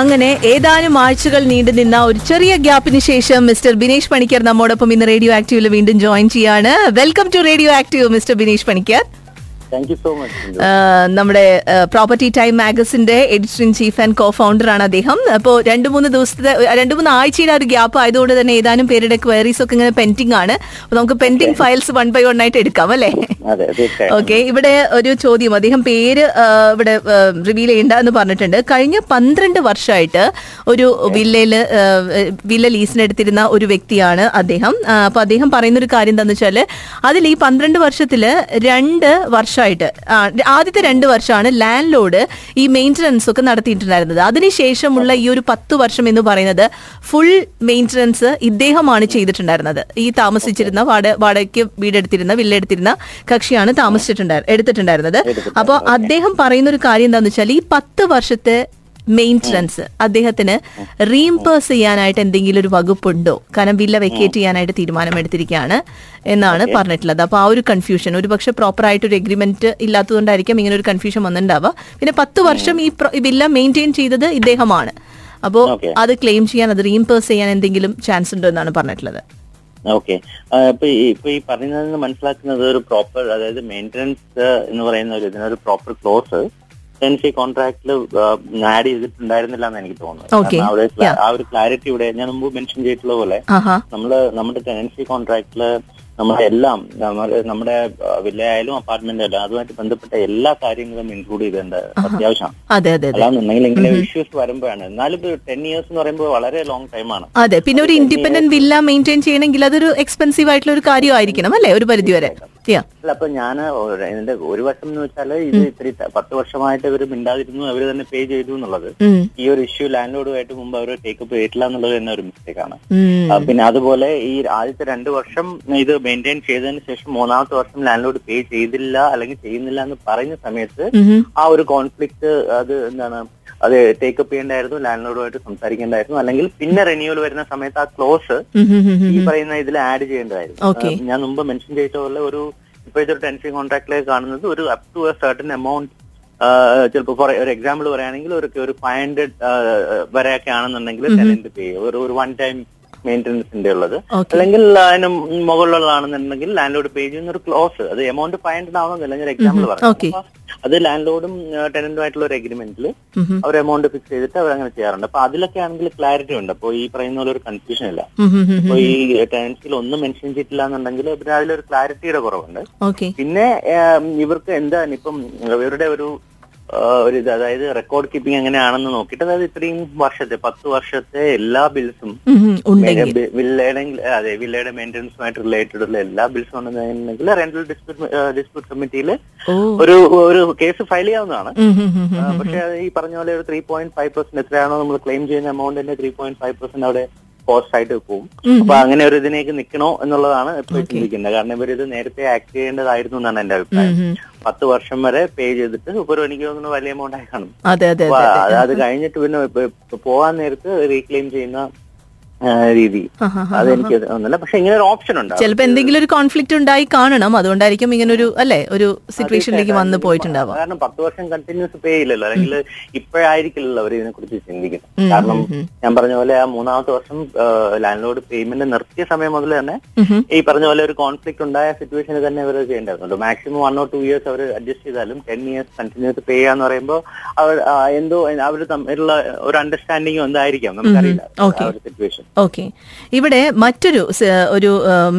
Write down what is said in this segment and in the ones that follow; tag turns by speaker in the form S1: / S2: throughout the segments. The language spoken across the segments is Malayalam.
S1: അങ്ങനെ ഏതാനും ആഴ്ചകൾ നീണ്ടു നിന്ന ഒരു ചെറിയ ഗ്യാപ്പിന് ശേഷം മിസ്റ്റർ ബിനേഷ് പണിക്കർ നമ്മോടൊപ്പം ഇന്ന് റേഡിയോ ആക്റ്റീവിൽ വീണ്ടും ജോയിൻ ചെയ്യാണ് welcome to Radio Active mister Binesh Panicker
S2: thank you so much
S1: ആ, നമ്മുടെ പ്രോപ്പർട്ടി ടൈം മാഗസിന്റെ editor in chief and co founder ആണ് അദ്ദേഹം അപ്പോൾ രണ്ട് മൂന്ന് ദിവസത്തെ രണ്ട് മൂന്ന് ആഴ്ചയിലെ ഒരു ഗ്യാപ്പ് ആയതുകൊണ്ട് തന്നെ ഏതാനും പേരുടെ ക്വയറീസ് ഒക്കെ ഇങ്ങനെ പെൻഡിങ് ആണ് അപ്പോൾ നമുക്ക് pending files one by one ആയിട്ട് എടുക്കാം അല്ലേ
S2: അതെ തീർച്ചയായും
S1: ഓക്കെ ഇവിടെ ഒരു ചോദ്യം അദ്ദേഹം പേര് ആ, ഇവിടെ റിവീൽ ചെയ്യണ്ട എന്ന് പറഞ്ഞിട്ടുണ്ട് കഴിഞ്ഞ പന്ത്രണ്ട് വർഷമായിട്ട് ഒരു വില്ലയില് ആ, വില്ല ലീസിനെടുത്തിരുന്ന ഒരു വ്യക്തിയാണ് അദ്ദേഹം ആ, അപ്പൊ അദ്ദേഹം പറയുന്ന ഒരു കാര്യം എന്താണെന്ന് വെച്ചാല് അതിൽ ഈ പന്ത്രണ്ട് വർഷത്തില് രണ്ട് വർഷമായിട്ട് ആ, ആദ്യത്തെ രണ്ട് വർഷമാണ് ലാൻഡ് ലോഡ് ഈ മെയിൻ്റനൻസ് ഒക്കെ നടത്തിയിട്ടുണ്ടായിരുന്നത് അതിനുശേഷമുള്ള ഈ ഒരു പത്ത് വർഷം എന്ന് പറയുന്നത് ഫുൾ മെയിൻ്റനൻസ് ഇദ്ദേഹമാണ് ചെയ്തിട്ടുണ്ടായിരുന്നത് ഈ താമസിച്ചിരുന്ന വാട വാടകയ്ക്ക് വീടെടുത്തിരുന്ന വില്ലെടുത്തിരുന്ന കക്ഷിയാണ് താമസിച്ചിട്ടുണ്ടായി എടുത്തിട്ടുണ്ടായിരുന്നത് അപ്പോൾ അദ്ദേഹം പറയുന്ന ഒരു കാര്യം എന്താണെന്ന് വെച്ചാൽ ഈ പത്ത് വർഷത്തെ മെയിൻ്റനൻസ് അദ്ദേഹത്തിന് റീംപേഴ്സ് ചെയ്യാനായിട്ട് എന്തെങ്കിലും ഒരു വകുപ്പുണ്ടോ കാരണം വില്ല വെക്കേറ്റ് ചെയ്യാനായിട്ട് തീരുമാനമെടുത്തിരിക്കുകയാണ് എന്നാണ് പറഞ്ഞിട്ടുള്ളത് അപ്പോൾ ആ ഒരു കൺഫ്യൂഷൻ ഒരുപക്ഷെ പ്രോപ്പർ ആയിട്ട് ഒരു എഗ്രിമെന്റ് ഇല്ലാത്തതുകൊണ്ടായിരിക്കും ഇങ്ങനെ ഒരു കൺഫ്യൂഷൻ വന്നിട്ടുണ്ടാവുക പിന്നെ പത്ത് വർഷം ഈ പ്ര- ഈ വില്ല മെയിൻറ്റെയിൻ ചെയ്തത് ഇദ്ദേഹമാണ് അപ്പോൾ
S2: Okay.
S1: അത് ക്ലെയിം ചെയ്യാൻ അത് റീംപേഴ്സ് ചെയ്യാൻ എന്തെങ്കിലും ചാൻസ് ഉണ്ടോ എന്നാണ് പറഞ്ഞിട്ടുള്ളത്
S2: ഓക്കെ ഇപ്പൊ ഈ- ഇപ്പൊ ഈ പറയുന്നതിൽ നിന്ന് മനസ്സിലാക്കുന്നത് ഒരു പ്രോപ്പർ അതായത് മെയിൻ്റനൻസ് എന്ന് പറയുന്ന ഒരു ഇതിനൊരു പ്രോപ്പർ ക്ലോസ് ടെൻഷി കോൺട്രാക്ടിൽ ആഡ് ചെയ്തിട്ടുണ്ടായിരുന്നില്ല എന്ന് എനിക്ക് തോന്നുന്നു
S1: Okay.
S2: കാരണം അവിടെ cla-
S1: Yeah.
S2: ആ ഒരു ക്ലാരിറ്റി ഇവിടെ ഞാൻ മുമ്പ് മെൻഷൻ ചെയ്തിട്ടുള്ള പോലെ
S1: ആഹാ
S2: നമ്മള് നമ്മുടെ ടെനൻസി കോൺട്രാക്ടില് നമ്മുടെ എല്ലാം നമ്മുടെ നമ്മുടെ വില്ല ആയാലും അപ്പാർട്ട്മെന്റ് ആയാലും അതുമായിട്ട് ബന്ധപ്പെട്ട എല്ലാ കാര്യങ്ങളും ഇൻക്ലൂഡ് ചെയ്തിട്ടുണ്ട് അത്യാവശ്യം
S1: അതെ അതെ അതെ
S2: അല്ലാന്നുണ്ടെങ്കിൽ ഇങ്ങനെ ഇഷ്യൂസ് വരുമ്പോഴാണ് എന്നാലും ടെൻ ഇയേഴ്സ് എന്ന് പറയുമ്പോൾ വളരെ ലോങ് ടൈമാണ്
S1: അതെ പിന്നെ ഒരു ഇൻഡിപെൻഡന്റ് വില്ല മെയിൻറ്റെയിൻ ചെയ്യണമെങ്കിൽ അതൊരു എക്സ്പെൻസീവ് ആയിട്ടുള്ള ഒരു കാര്യമായിരിക്കണം അല്ലേ ഒരു പരിധി വരെ Yeah.
S2: അല്ല അപ്പൊ ഞാൻ ഇതിന്റെ ഒരു വശം എന്ന് വെച്ചാല് ഇത് ഇത്തിരി ത- പത്ത് വർഷമായിട്ട് ഇവർ മിണ്ടാതിരുന്നു അവർ തന്നെ പേ ചെയ്തു എന്നുള്ളത്
S1: ഉം.
S2: ഈ ഒരു ഇഷ്യൂ ലാൻഡ്ലോഡുമായിട്ട് മുമ്പ് അവർ ടേക്കപ്പ് ചെയ്തിട്ടില്ല എന്നുള്ളത് തന്നെ ഒരു മിസ്റ്റേക്ക് ആണ്
S1: ഉം.
S2: ആ, പിന്നെ അതുപോലെ ഈ ആദ്യത്തെ രണ്ട് വർഷം ഇത് മെയിൻറ്റെയിൻ ചെയ്തതിന് ശേഷം മൂന്നാമത്തെ വർഷം ലാൻഡ്ലോഡ് പേ ചെയ്തില്ല അല്ലെങ്കിൽ ചെയ്യുന്നില്ല എന്ന് പറയുന്ന സമയത്ത്
S1: ഉം.
S2: ആ ഒരു കോൺഫ്ലിക്ട് അത് എന്താണ് അത് ടേക്കപ്പ് ചെയ്യേണ്ടായിരുന്നു ലാൻഡ്ലോഡുമായിട്ട് സംസാരിക്കേണ്ടായിരുന്നു അല്ലെങ്കിൽ പിന്നെ റിന്യൂവൽ വരുന്ന സമയത്ത് ആ ക്ലോസ്
S1: ഉം. ഉം. ഉം.
S2: ഈ പറയുന്ന ഇതിൽ ആഡ് ചെയ്യേണ്ടതായിരുന്നു
S1: Okay.
S2: ആ, ഞാൻ മുമ്പ് മെൻഷൻ ചെയ്ത പോലെ ഒരു ഇപ്പോഴത്തെ ഒരു ടെൻഷൻ കോൺട്രാക്റ്റിലേക്ക് കാണുന്നത് ഒരു up to a certain amount ചിലപ്പോൾ ഫോർ ഒരു എക്സാമ്പിൾ പറയുകയാണെങ്കിൽ ഒരു ഒരു ഫൈവ് ഹൺഡ്രഡ് വരെയൊക്കെ ആണെന്നുണ്ടെങ്കിൽ ടെനന്റ് പേ ഒരു ഒരു വൺ ടൈം മെയിൻ്റെനൻസിന്റെ ഉള്ളത്
S1: Okay.
S2: അല്ലെങ്കിൽ അതിന് മുകളിലുള്ളതാണെന്നുണ്ടെങ്കിൽ ലാൻഡ് ലോഡ് പേ ചെയ്യുന്ന ഒരു ക്ലോസ് അത് എമൗണ്ട് ഫൈവ് ഹൺഡ്രഡ് ആവണമെന്നില്ല ഞാൻ എക്സാമ്പിൾ
S1: Okay.
S2: പറഞ്ഞു അത് ലാൻഡ് ലോഡും ടെനന്റുമായിട്ടുള്ള ഒരു അഗ്രിമെന്റിൽ
S1: ഉം. ഉം.
S2: അവർ എമൗണ്ട് ഫിക്സ് ചെയ്തിട്ട് അവരങ്ങനെ ചെയ്യാറുണ്ട് അപ്പൊ അതിലൊക്കെ ആണെങ്കിൽ ക്ലാരിറ്റി ഉണ്ട് അപ്പോൾ ഈ പറയുന്ന പോലെ ഒരു കൺഫ്യൂഷൻ ഇല്ല
S1: ഉം. ഉം. ഉം.
S2: അപ്പൊ ഈ ടെനൻസിൽ ഒന്നും മെൻഷൻ ചെയ്തിട്ടില്ല എന്നുണ്ടെങ്കിൽ പിന്നെ അതിലൊരു ക്ലാരിറ്റിയുടെ കുറവുണ്ട്
S1: Okay.
S2: പിന്നെ ഏം, ഇവർക്ക് എന്താണ് ഇപ്പം ഇവരുടെ ഒരു ആ, ഒരു ഇത് അതായത് റെക്കോർഡ് കീപ്പിംഗ് എങ്ങനെയാണെന്ന് നോക്കിയിട്ട് അതായത് ഇത്രയും വർഷത്തെ പത്ത് വർഷത്തെ എല്ലാ ബിൽസും
S1: ഉം. ഉം. ഉണ്ടെങ്കിൽ
S2: ബി- വില്ലയുടെ അതെ വില്ലയുടെ മെയിൻ്റെനൻസുമായിട്ട് റിലേറ്റഡ് ഉള്ള എല്ലാ ബിൽസും ഉണ്ടെന്നുണ്ടെങ്കിൽ റെന്റൽ ഡിസ്പ്യൂട്ട് ഡിസ്പ്യൂട്ട് കമ്മിറ്റിയിൽ
S1: ഓ
S2: ഒരു ഒരു കേസ് ഫയൽ ചെയ്യാവുന്നതാണ്
S1: ഉം. ഉം. ഉം.
S2: ആ, പക്ഷേ അത് ഈ പറഞ്ഞ പോലെ ഒരു ത്രീ പോയിന്റ് ഫൈവ് പെർസെന്റ് എത്രയാണോ നമ്മൾ ക്ലെയിം ചെയ്യുന്ന എമൗണ്ടിന്റെ ത്രീ പോയിന്റ് ഫൈവ് പെർസെന്റ് അവിടെ കോസ്റ്റ് ആയിട്ട് പോകും അപ്പൊ അങ്ങനെ ഒരു ഇതിനേക്ക് നിൽക്കണോ എന്നുള്ളതാണ് ഇപ്പോൾ ചിന്തിക്കുന്നത് കാരണം ഇവർ ഇത് നേരത്തെ ആക്ട് ചെയ്യേണ്ടതായിരുന്നു എന്നാണ് എന്റെ അഭിപ്രായം
S1: ഉം. ഉം.
S2: പത്ത് വർഷം വരെ പേ ചെയ്തിട്ട് ഇപ്പൊ ഒരു എനിക്ക് തോന്നുന്നു വലിയ എമൗണ്ട് ആയി കാണും
S1: അതെ അതെ
S2: അപ്പൊ
S1: അതെ
S2: അത് അത് കഴിഞ്ഞിട്ട് പിന്നെ ഇപ്പൊ- ഇപ്പൊ പോവാൻ നേരത്ത് റീക്ലെയിം ചെയ്യുന്ന ആ, രീതി
S1: ആഹാ.
S2: അതെനിക്ക് തോന്നുന്നില്ല പക്ഷെ ഇങ്ങനെ ഒരു ഓപ്ഷൻ ഉണ്ട്
S1: ചിലപ്പോ എന്തെങ്കിലും ഒരു കോൺഫ്ലിക്റ്റ് ഉണ്ടായി കാണണം അതുകൊണ്ടായിരിക്കും ഇങ്ങനെ ഒരു അല്ലേ ഒരു സിറ്റുവേഷനിലേക്ക് വന്ന് പോയിട്ടുണ്ടാവാം
S2: കാരണം പത്ത് വർഷം കണ്ടിന്യൂസ് പേ ചെയ്യില്ലല്ലോ അല്ലെങ്കിൽ ഇപ്പോഴായിരിക്കില്ലല്ലോ അവർ ഇതിനെ കുറിച്ച് ചിന്തിക്കുന്നത് കാരണം ഞാൻ പറഞ്ഞ പോലെ ആ മൂന്നാമത്തെ വർഷം ലാൻഡ് ലോഡ് പേയ്മെന്റ് നിർത്തിയ സമയം മുതൽ തന്നെ
S1: ഉം. ഉം.
S2: ഈ പറഞ്ഞ പോലെ ഒരു കോൺഫ്ലിക്ട് ഉണ്ടായ സിറ്റുവേഷനിൽ തന്നെ അവർ ചെയ്യേണ്ടതുണ്ട് maximum one or two years അവർ അഡ്ജസ്റ്റ് ചെയ്താലും ടെൻ ഇയേഴ്സ് കണ്ടിന്യൂസ് പേ ചെയ്യാന്ന് പറയുമ്പോൾ അവർ ആ, എന്തോ അവർ തമ്മിലുള്ള ഒരു അണ്ടർസ്റ്റാൻഡിംഗും എന്തായിരിക്കാം നമുക്കറിയില്ല
S1: Okay.
S2: ആ ഒരു സിറ്റുവേഷൻ
S1: ഓക്കെ ഇവിടെ മറ്റൊരു സ- ഒരു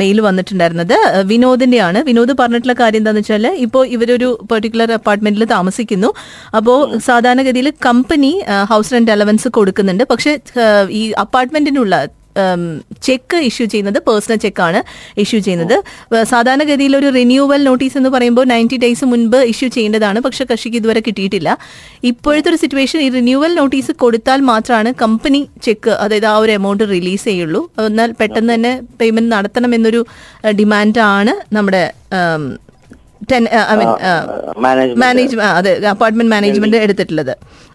S1: മെയിൽ വന്നിട്ടുണ്ടായിരുന്നത് ആ, വിനോദിന്റെയാണ് വിനോദ് പറഞ്ഞിട്ടുള്ള കാര്യം എന്താന്ന് വെച്ചാൽ ഇപ്പോൾ ഇവരൊരു പെർട്ടിക്കുലർ അപ്പാർട്ട്മെന്റിൽ താമസിക്കുന്നു അപ്പോൾ സാധാരണഗതിയിൽ കമ്പനി ആ, ഹൗസ് റെന്റ് അലവൻസ് കൊടുക്കുന്നുണ്ട് പക്ഷേ ആ, ഈ അപ്പാർട്ട്മെന്റിനുള്ള ഉം, ചെക്ക് ഇഷ്യൂ ചെയ്യുന്നത് പേഴ്സണൽ ചെക്കാണ് ഇഷ്യൂ ചെയ്യുന്നത് വ- സാധാരണഗതിയിൽ ഒരു റിന്യൂവൽ നോട്ടീസ് എന്ന് പറയുമ്പോൾ നയൻറ്റി ഡേയ്സ് മുൻപ് ഇഷ്യൂ ചെയ്യേണ്ടതാണ് പക്ഷെ കക്ഷിക്ക് ഇതുവരെ കിട്ടിയിട്ടില്ല ഇപ്പോഴത്തെ ഒരു സിറ്റുവേഷൻ ഈ റിന്യൂവൽ നോട്ടീസ് കൊടുത്താൽ മാത്രമാണ് കമ്പനി ചെക്ക് അതായത് ആ ഒരു എമൗണ്ട് റിലീസ് ചെയ്യുള്ളൂ എന്നാൽ പെട്ടെന്ന് തന്നെ പേയ്മെന്റ് നടത്തണം എന്നൊരു ഡിമാൻഡാണ് നമ്മുടെ ഉം, ten- ആ, I mean, ആ,
S2: മാനേജ്മെന്റ്
S1: മാനേജ്മെന്റ് അതെ അപ്പാർട്ട്മെന്റ് മാനേജ്മെന്റ് എടുത്തിട്ടുള്ളത്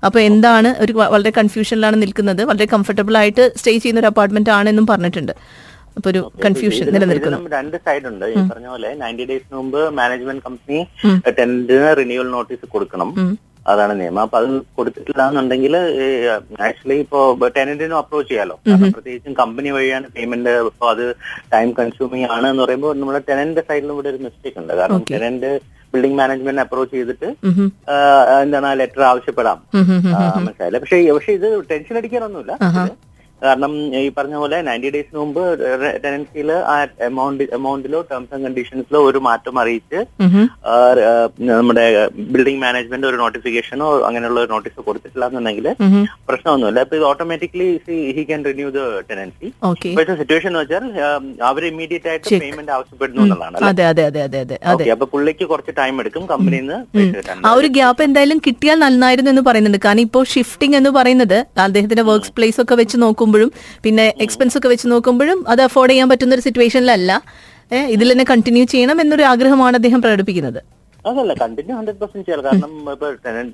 S1: അപ്പോൾ എന്താണ് ഒരു വ- വളരെ കൺഫ്യൂഷനിലാണ് നിൽക്കുന്നത് വളരെ കംഫർട്ടബിൾ ആയിട്ട് സ്റ്റേ ചെയ്യുന്ന ഒരു അപ്പാർട്ട്മെന്റ് ആണെന്നും പറഞ്ഞിട്ടുണ്ട് അപ്പൊ ഒരു കൺഫ്യൂഷൻ
S2: ഇതിനും-
S1: നിലനിൽക്കുന്നു
S2: ഇതിനും രണ്ട് സൈഡ് ഉണ്ട് ഈ പറഞ്ഞ പോലെ നയൻറ്റി ഡേയ്സിന് മുമ്പ് മാനേജ്മെന്റ് കമ്പനി ടെൻഡിന് റിന്യൂവൽ നോട്ടീസ് കൊടുക്കണം
S1: ഉം.
S2: അതാണ് നിയമം അപ്പൊ അത് കൊടുത്തിട്ടില്ല എന്നുണ്ടെങ്കിൽ ആക്ച്വലി ഇപ്പോ ടെനന്റിനും അപ്രോച്ച് ചെയ്യാലോ കാരണം പ്രത്യേകിച്ചും കമ്പനി വഴിയാണ് പേയ്മെന്റ് ഇപ്പൊ അത് ടൈം കൺസ്യൂമിംഗ് ആണ് എന്ന് പറയുമ്പോൾ നമ്മുടെ ടെനന്റ് സൈഡിലും ഇവിടെ ഒരു മിസ്റ്റേക്ക് ഉണ്ട് കാരണം ടെനന്റ് ബിൽഡിംഗ് മാനേജ്മെന്റ് അപ്രോച്ച് ചെയ്തിട്ട്
S1: ഉം ഉം.
S2: ആ, എന്താണ് ആ ലെറ്റർ ആവശ്യപ്പെടാം
S1: ഉം ഉം ഉം.
S2: ആ, മനസ്സിലായില്ല പക്ഷേ പക്ഷെ ഇത് ടെൻഷൻ അടിക്കാനൊന്നുമില്ല ഇത് കാരണം ഈ പറഞ്ഞ പോലെ നയൻറ്റി ഡേയ്സിന് മുമ്പ് ടെനൻസിയിൽ ആ എമൗണ്ട് എമൗണ്ടിലോ ടേംസ് ആൻഡ് കണ്ടീഷൻസിലോ ഒരു മാറ്റം അറിയിച്ച്
S1: ഉം ഉം.
S2: ആ, ആ, നമ്മുടെ ബിൽഡിംഗ് മാനേജ്മെന്റ് ഒരു നോട്ടിഫിക്കേഷനോ അങ്ങനെയുള്ള ഒരു നോട്ടീസോ കൊടുത്തിട്ടില്ല എന്നുണ്ടെങ്കിൽ
S1: ഉം ഉം.
S2: പ്രശ്നമൊന്നുമില്ല അപ്പൊ ഇത് automatically he can renew the tenancy
S1: okay
S2: ഇപ്പോഴത്തെ സിറ്റുവേഷൻ എന്ന് വെച്ചാൽ അവർ ഇമ്മീഡിയറ്റ് ആയിട്ട് പേയ്മെന്റ് ആവശ്യപ്പെടുന്നു എന്നുള്ളതാണ്
S1: അതെ അതെ അതെ അതെ അതെ അതെ
S2: ഓക്കെ അപ്പൊ പുള്ളിക്ക് കുറച്ച് ടൈം എടുക്കും കമ്പനിയിൽ നിന്ന് പൈസ കിട്ടാൻ
S1: ആ ഒരു ഗ്യാപ്പ് എന്തായാലും കിട്ടിയാൽ നന്നായിരുന്നു എന്ന് പറയുന്നുണ്ട് കാരണം ഇപ്പോൾ ഷിഫ്റ്റിംഗ് എന്ന് പറയുന്നത് അദ്ദേഹത്തിന്റെ വർക്ക് പ്ലേസ് ഒക്കെ വെച്ച് നോക്കുമ്പോഴും പിന്നെ എക്സ്പെൻസ് ഒക്കെ വെച്ച് നോക്കുമ്പോഴും അത് അഫോർഡ് ചെയ്യാൻ പറ്റുന്ന ഒരു സിറ്റുവേഷനിലല്ല ഏഹ് ഇതിൽ തന്നെ കണ്ടിന്യൂ ചെയ്യണം എന്നൊരു ആഗ്രഹമാണ് അദ്ദേഹം പ്രകടിപ്പിക്കുന്നത്
S2: അതല്ല കണ്ടിന്യൂ ഹൺഡ്രഡ് പെർസെന്റ് ചെയ്യാം കാരണം ഇപ്പൊ ടെനന്റ്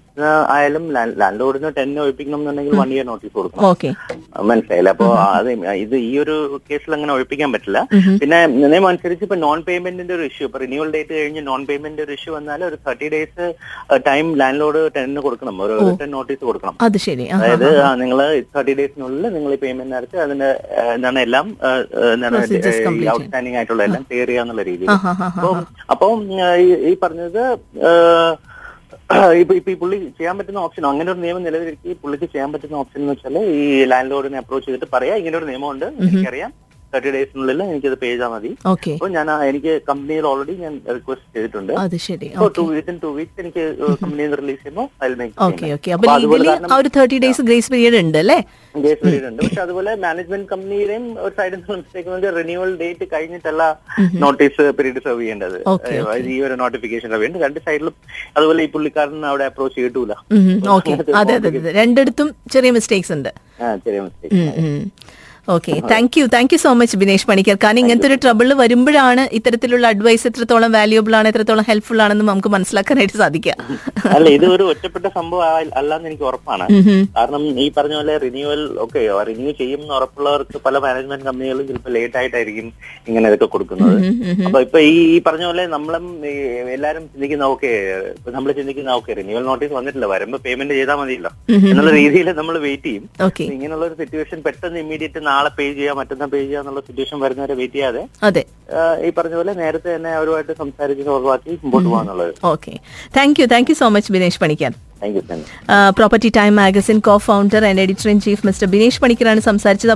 S2: ആയാലും ലാൻഡ് ലോഡിന് ടെന്നെ ഒഴിപ്പിക്കണം എന്നുണ്ടെങ്കിൽ വൺ ഇയർ നോട്ടീസ് കൊടുക്കണം
S1: ഓക്കെ
S2: മനസ്സിലായില്ല അപ്പൊ അത് ഇത് ഈ ഒരു കേസിൽ അങ്ങനെ ഒഴിപ്പിക്കാൻ പറ്റില്ല പിന്നെ നിയമം അനുസരിച്ച് ഇപ്പൊ നോൺ പേയ്മെന്റിന്റെ ഒരു ഇഷ്യൂ ഇപ്പൊ റിന്യൂവൽ ഡേറ്റ് കഴിഞ്ഞ് നോൺ പേയ്മെന്റ് ഒരു ഇഷ്യൂ വന്നാൽ ഒരു thirty days time landlord ടെന്നിന് കൊടുക്കണം ഒരു റിട്ടേൺ നോട്ടീസ് കൊടുക്കണം
S1: അത് ശരി ആ
S2: അതായത് നിങ്ങൾ തേർട്ടി ഡേയ്സിനുള്ളിൽ നിങ്ങൾ ഈ പേയ്മെന്റ് നടത്തി അതിന്റെ ആ, എന്താണ് എല്ലാം ആ, ആ, എന്താണ്
S1: Procedures complete ചെയ്യും.
S2: ഔട്ട്സ്റ്റാൻഡിംഗ് ആയിട്ടുള്ള എല്ലാം ക്ലിയർ ചെയ്യാന്നുള്ള രീതിയിൽ
S1: ആ, ആ, ആ, ആ.
S2: അപ്പം അപ്പം ആ, ഈ- ഈ പറഞ്ഞത് ആ, ഇപ്പൊ ഇപ്പൊ ഈ പുള്ളി ചെയ്യാൻ പറ്റുന്ന ഓപ്ഷൻ അങ്ങനെ ഒരു നിയമം നിലവിലിരിക്കും ഈ പുള്ളിക്ക് ചെയ്യാൻ പറ്റുന്ന ഓപ്ഷൻ എന്ന് വെച്ചാൽ ഈ ലാൻഡ് ലോഡിനെ അപ്രോച്ച് ചെയ്തിട്ട് പറയാം ഇങ്ങനെ ഒരു നിയമമുണ്ട് എനിക്കറിയാം തേർട്ടി ഡേയ്സിനുള്ളിൽ എനിക്കത് പേ ചെയ്താൽ മതി
S1: ഓക്കെ
S2: അപ്പൊ ഞാൻ ആ- എനിക്ക് കമ്പനിയിൽ ഓൾറെഡി ഞാൻ റിക്വസ്റ്റ് ചെയ്തിട്ടുണ്ട്
S1: അത് ശരി
S2: അപ്പൊ ടു വിത്തിൻ ടു വീക്സ് എനിക്ക് കമ്പനിയിൽ നിന്ന് റിലീസ് ചെയ്യുമ്പോൾ അതിൽ
S1: ഓക്കെ ഓക്കെ അപ്പൊ ലീഗലി ആ ഒരു തേർട്ടി ഡേയ്സ് ഗ്രേസ് പീരീഡ് ഉണ്ട് അല്ലേ
S2: ഗ്രേസ് പീരീഡ്
S1: Hmm.
S2: ഉണ്ട് പക്ഷെ അതുപോലെ മാനേജ്മെന്റ് കമ്പനിയുടെയും ഒരു സൈഡിൽ നിന്ന് മിസ്റ്റേക്ക് റിന്യൂവൽ ഡേറ്റ് കഴിഞ്ഞിട്ടല്ല നോട്ടീസ് പീരീഡ് സെർവ് ചെയ്യേണ്ടത്
S1: Mm-hmm. Okay,
S2: ഏഹ് ഈ ഒരു നോട്ടിഫിക്കേഷൻ സെർവ് ചെയ്യേണ്ടത് രണ്ട് സൈഡിലും അതുപോലെ ഈ പുള്ളിക്കാരൻ അവിടെ അപ്രോച്ച് ചെയ്തിട്ടില്ല
S1: Mm. ഓക്കെ അതെ അതെ അതെ രണ്ടിടത്തും ചെറിയ മിസ്റ്റേക്സ് ഉണ്ട്
S2: ആ, ചെറിയ mistake
S1: okay thank you thank you so much Binesh Panicker കാരണം ഇങ്ങനത്തെ ഒരു ട്രബിൾ വരുമ്പോഴാണ് ഇത്തരത്തിലുള്ള അഡ്വൈസ് എത്രത്തോളം വാല്യൂബിൾ ആണ് എത്രത്തോളം ഹെൽപ്ഫുൾ ആണെന്ന് നമുക്ക് മനസ്സിലാക്കാനായിട്ട് സാധിക്കുക
S2: അല്ല ഇത് ഒരു ഒറ്റപ്പെട്ട സംഭവം ആ- അല്ലാന്ന് എനിക്ക് ഉറപ്പാണ്
S1: Mm-hmm.
S2: കാരണം ഈ പറഞ്ഞ പോലെ റിന്യൂവൽ ഓക്കെ റിന്യൂ ചെയ്യും എന്ന് ഉറപ്പുള്ളവർക്ക് പല മാനേജ്മെന്റ് കമ്പനികളും ചിലപ്പോൾ ലേറ്റ് ആയിട്ടായിരിക്കും ഇങ്ങനെ ഇതൊക്കെ കൊടുക്കുന്നത്
S1: ഉം, ഉം,
S2: അപ്പൊ ഇപ്പൊ ഈ ഈ പറഞ്ഞ പോലെ നമ്മളും ഈ എല്ലാരും ചിന്തിക്കുന്ന ഓക്കെ നമ്മൾ ചിന്തിക്കുന്ന ഓക്കെ റിന്യൂവൽ നോട്ടീസ് വന്നിട്ടില്ല വരുമ്പോ പേയ്മെന്റ് ചെയ്താൽ മതിയല്ലോ എന്നുള്ള രീതിയിൽ നമ്മൾ വെയിറ്റ് ചെയ്യും
S1: ഓക്കെ
S2: ഇങ്ങനെയുള്ള ഒരു സിറ്റുവേഷൻ പെട്ടെന്ന് ഇമ്മീഡിയറ്റ് നാളെ പേ ചെയ്യാം മറ്റന്നാ പേ ചെയ്യാം എന്നുള്ള സിറ്റുവേഷൻ വരുന്നവരെ വെയിറ്റ് ചെയ്യാതെ
S1: അതെ
S2: ആ, ഈ പറഞ്ഞ പോലെ നേരത്തെ തന്നെ അവരുമായിട്ട് സംസാരിച്ച് സോൾവാക്കി മുമ്പോട്ട് പോകാന്നുള്ളത്
S1: okay thank you thank you so much Binesh Panicker
S2: thank you thank you
S1: Property Time magazine co founder and editor in chief mister Binesh പണിക്കറാണ് സംസാരിച്ചത്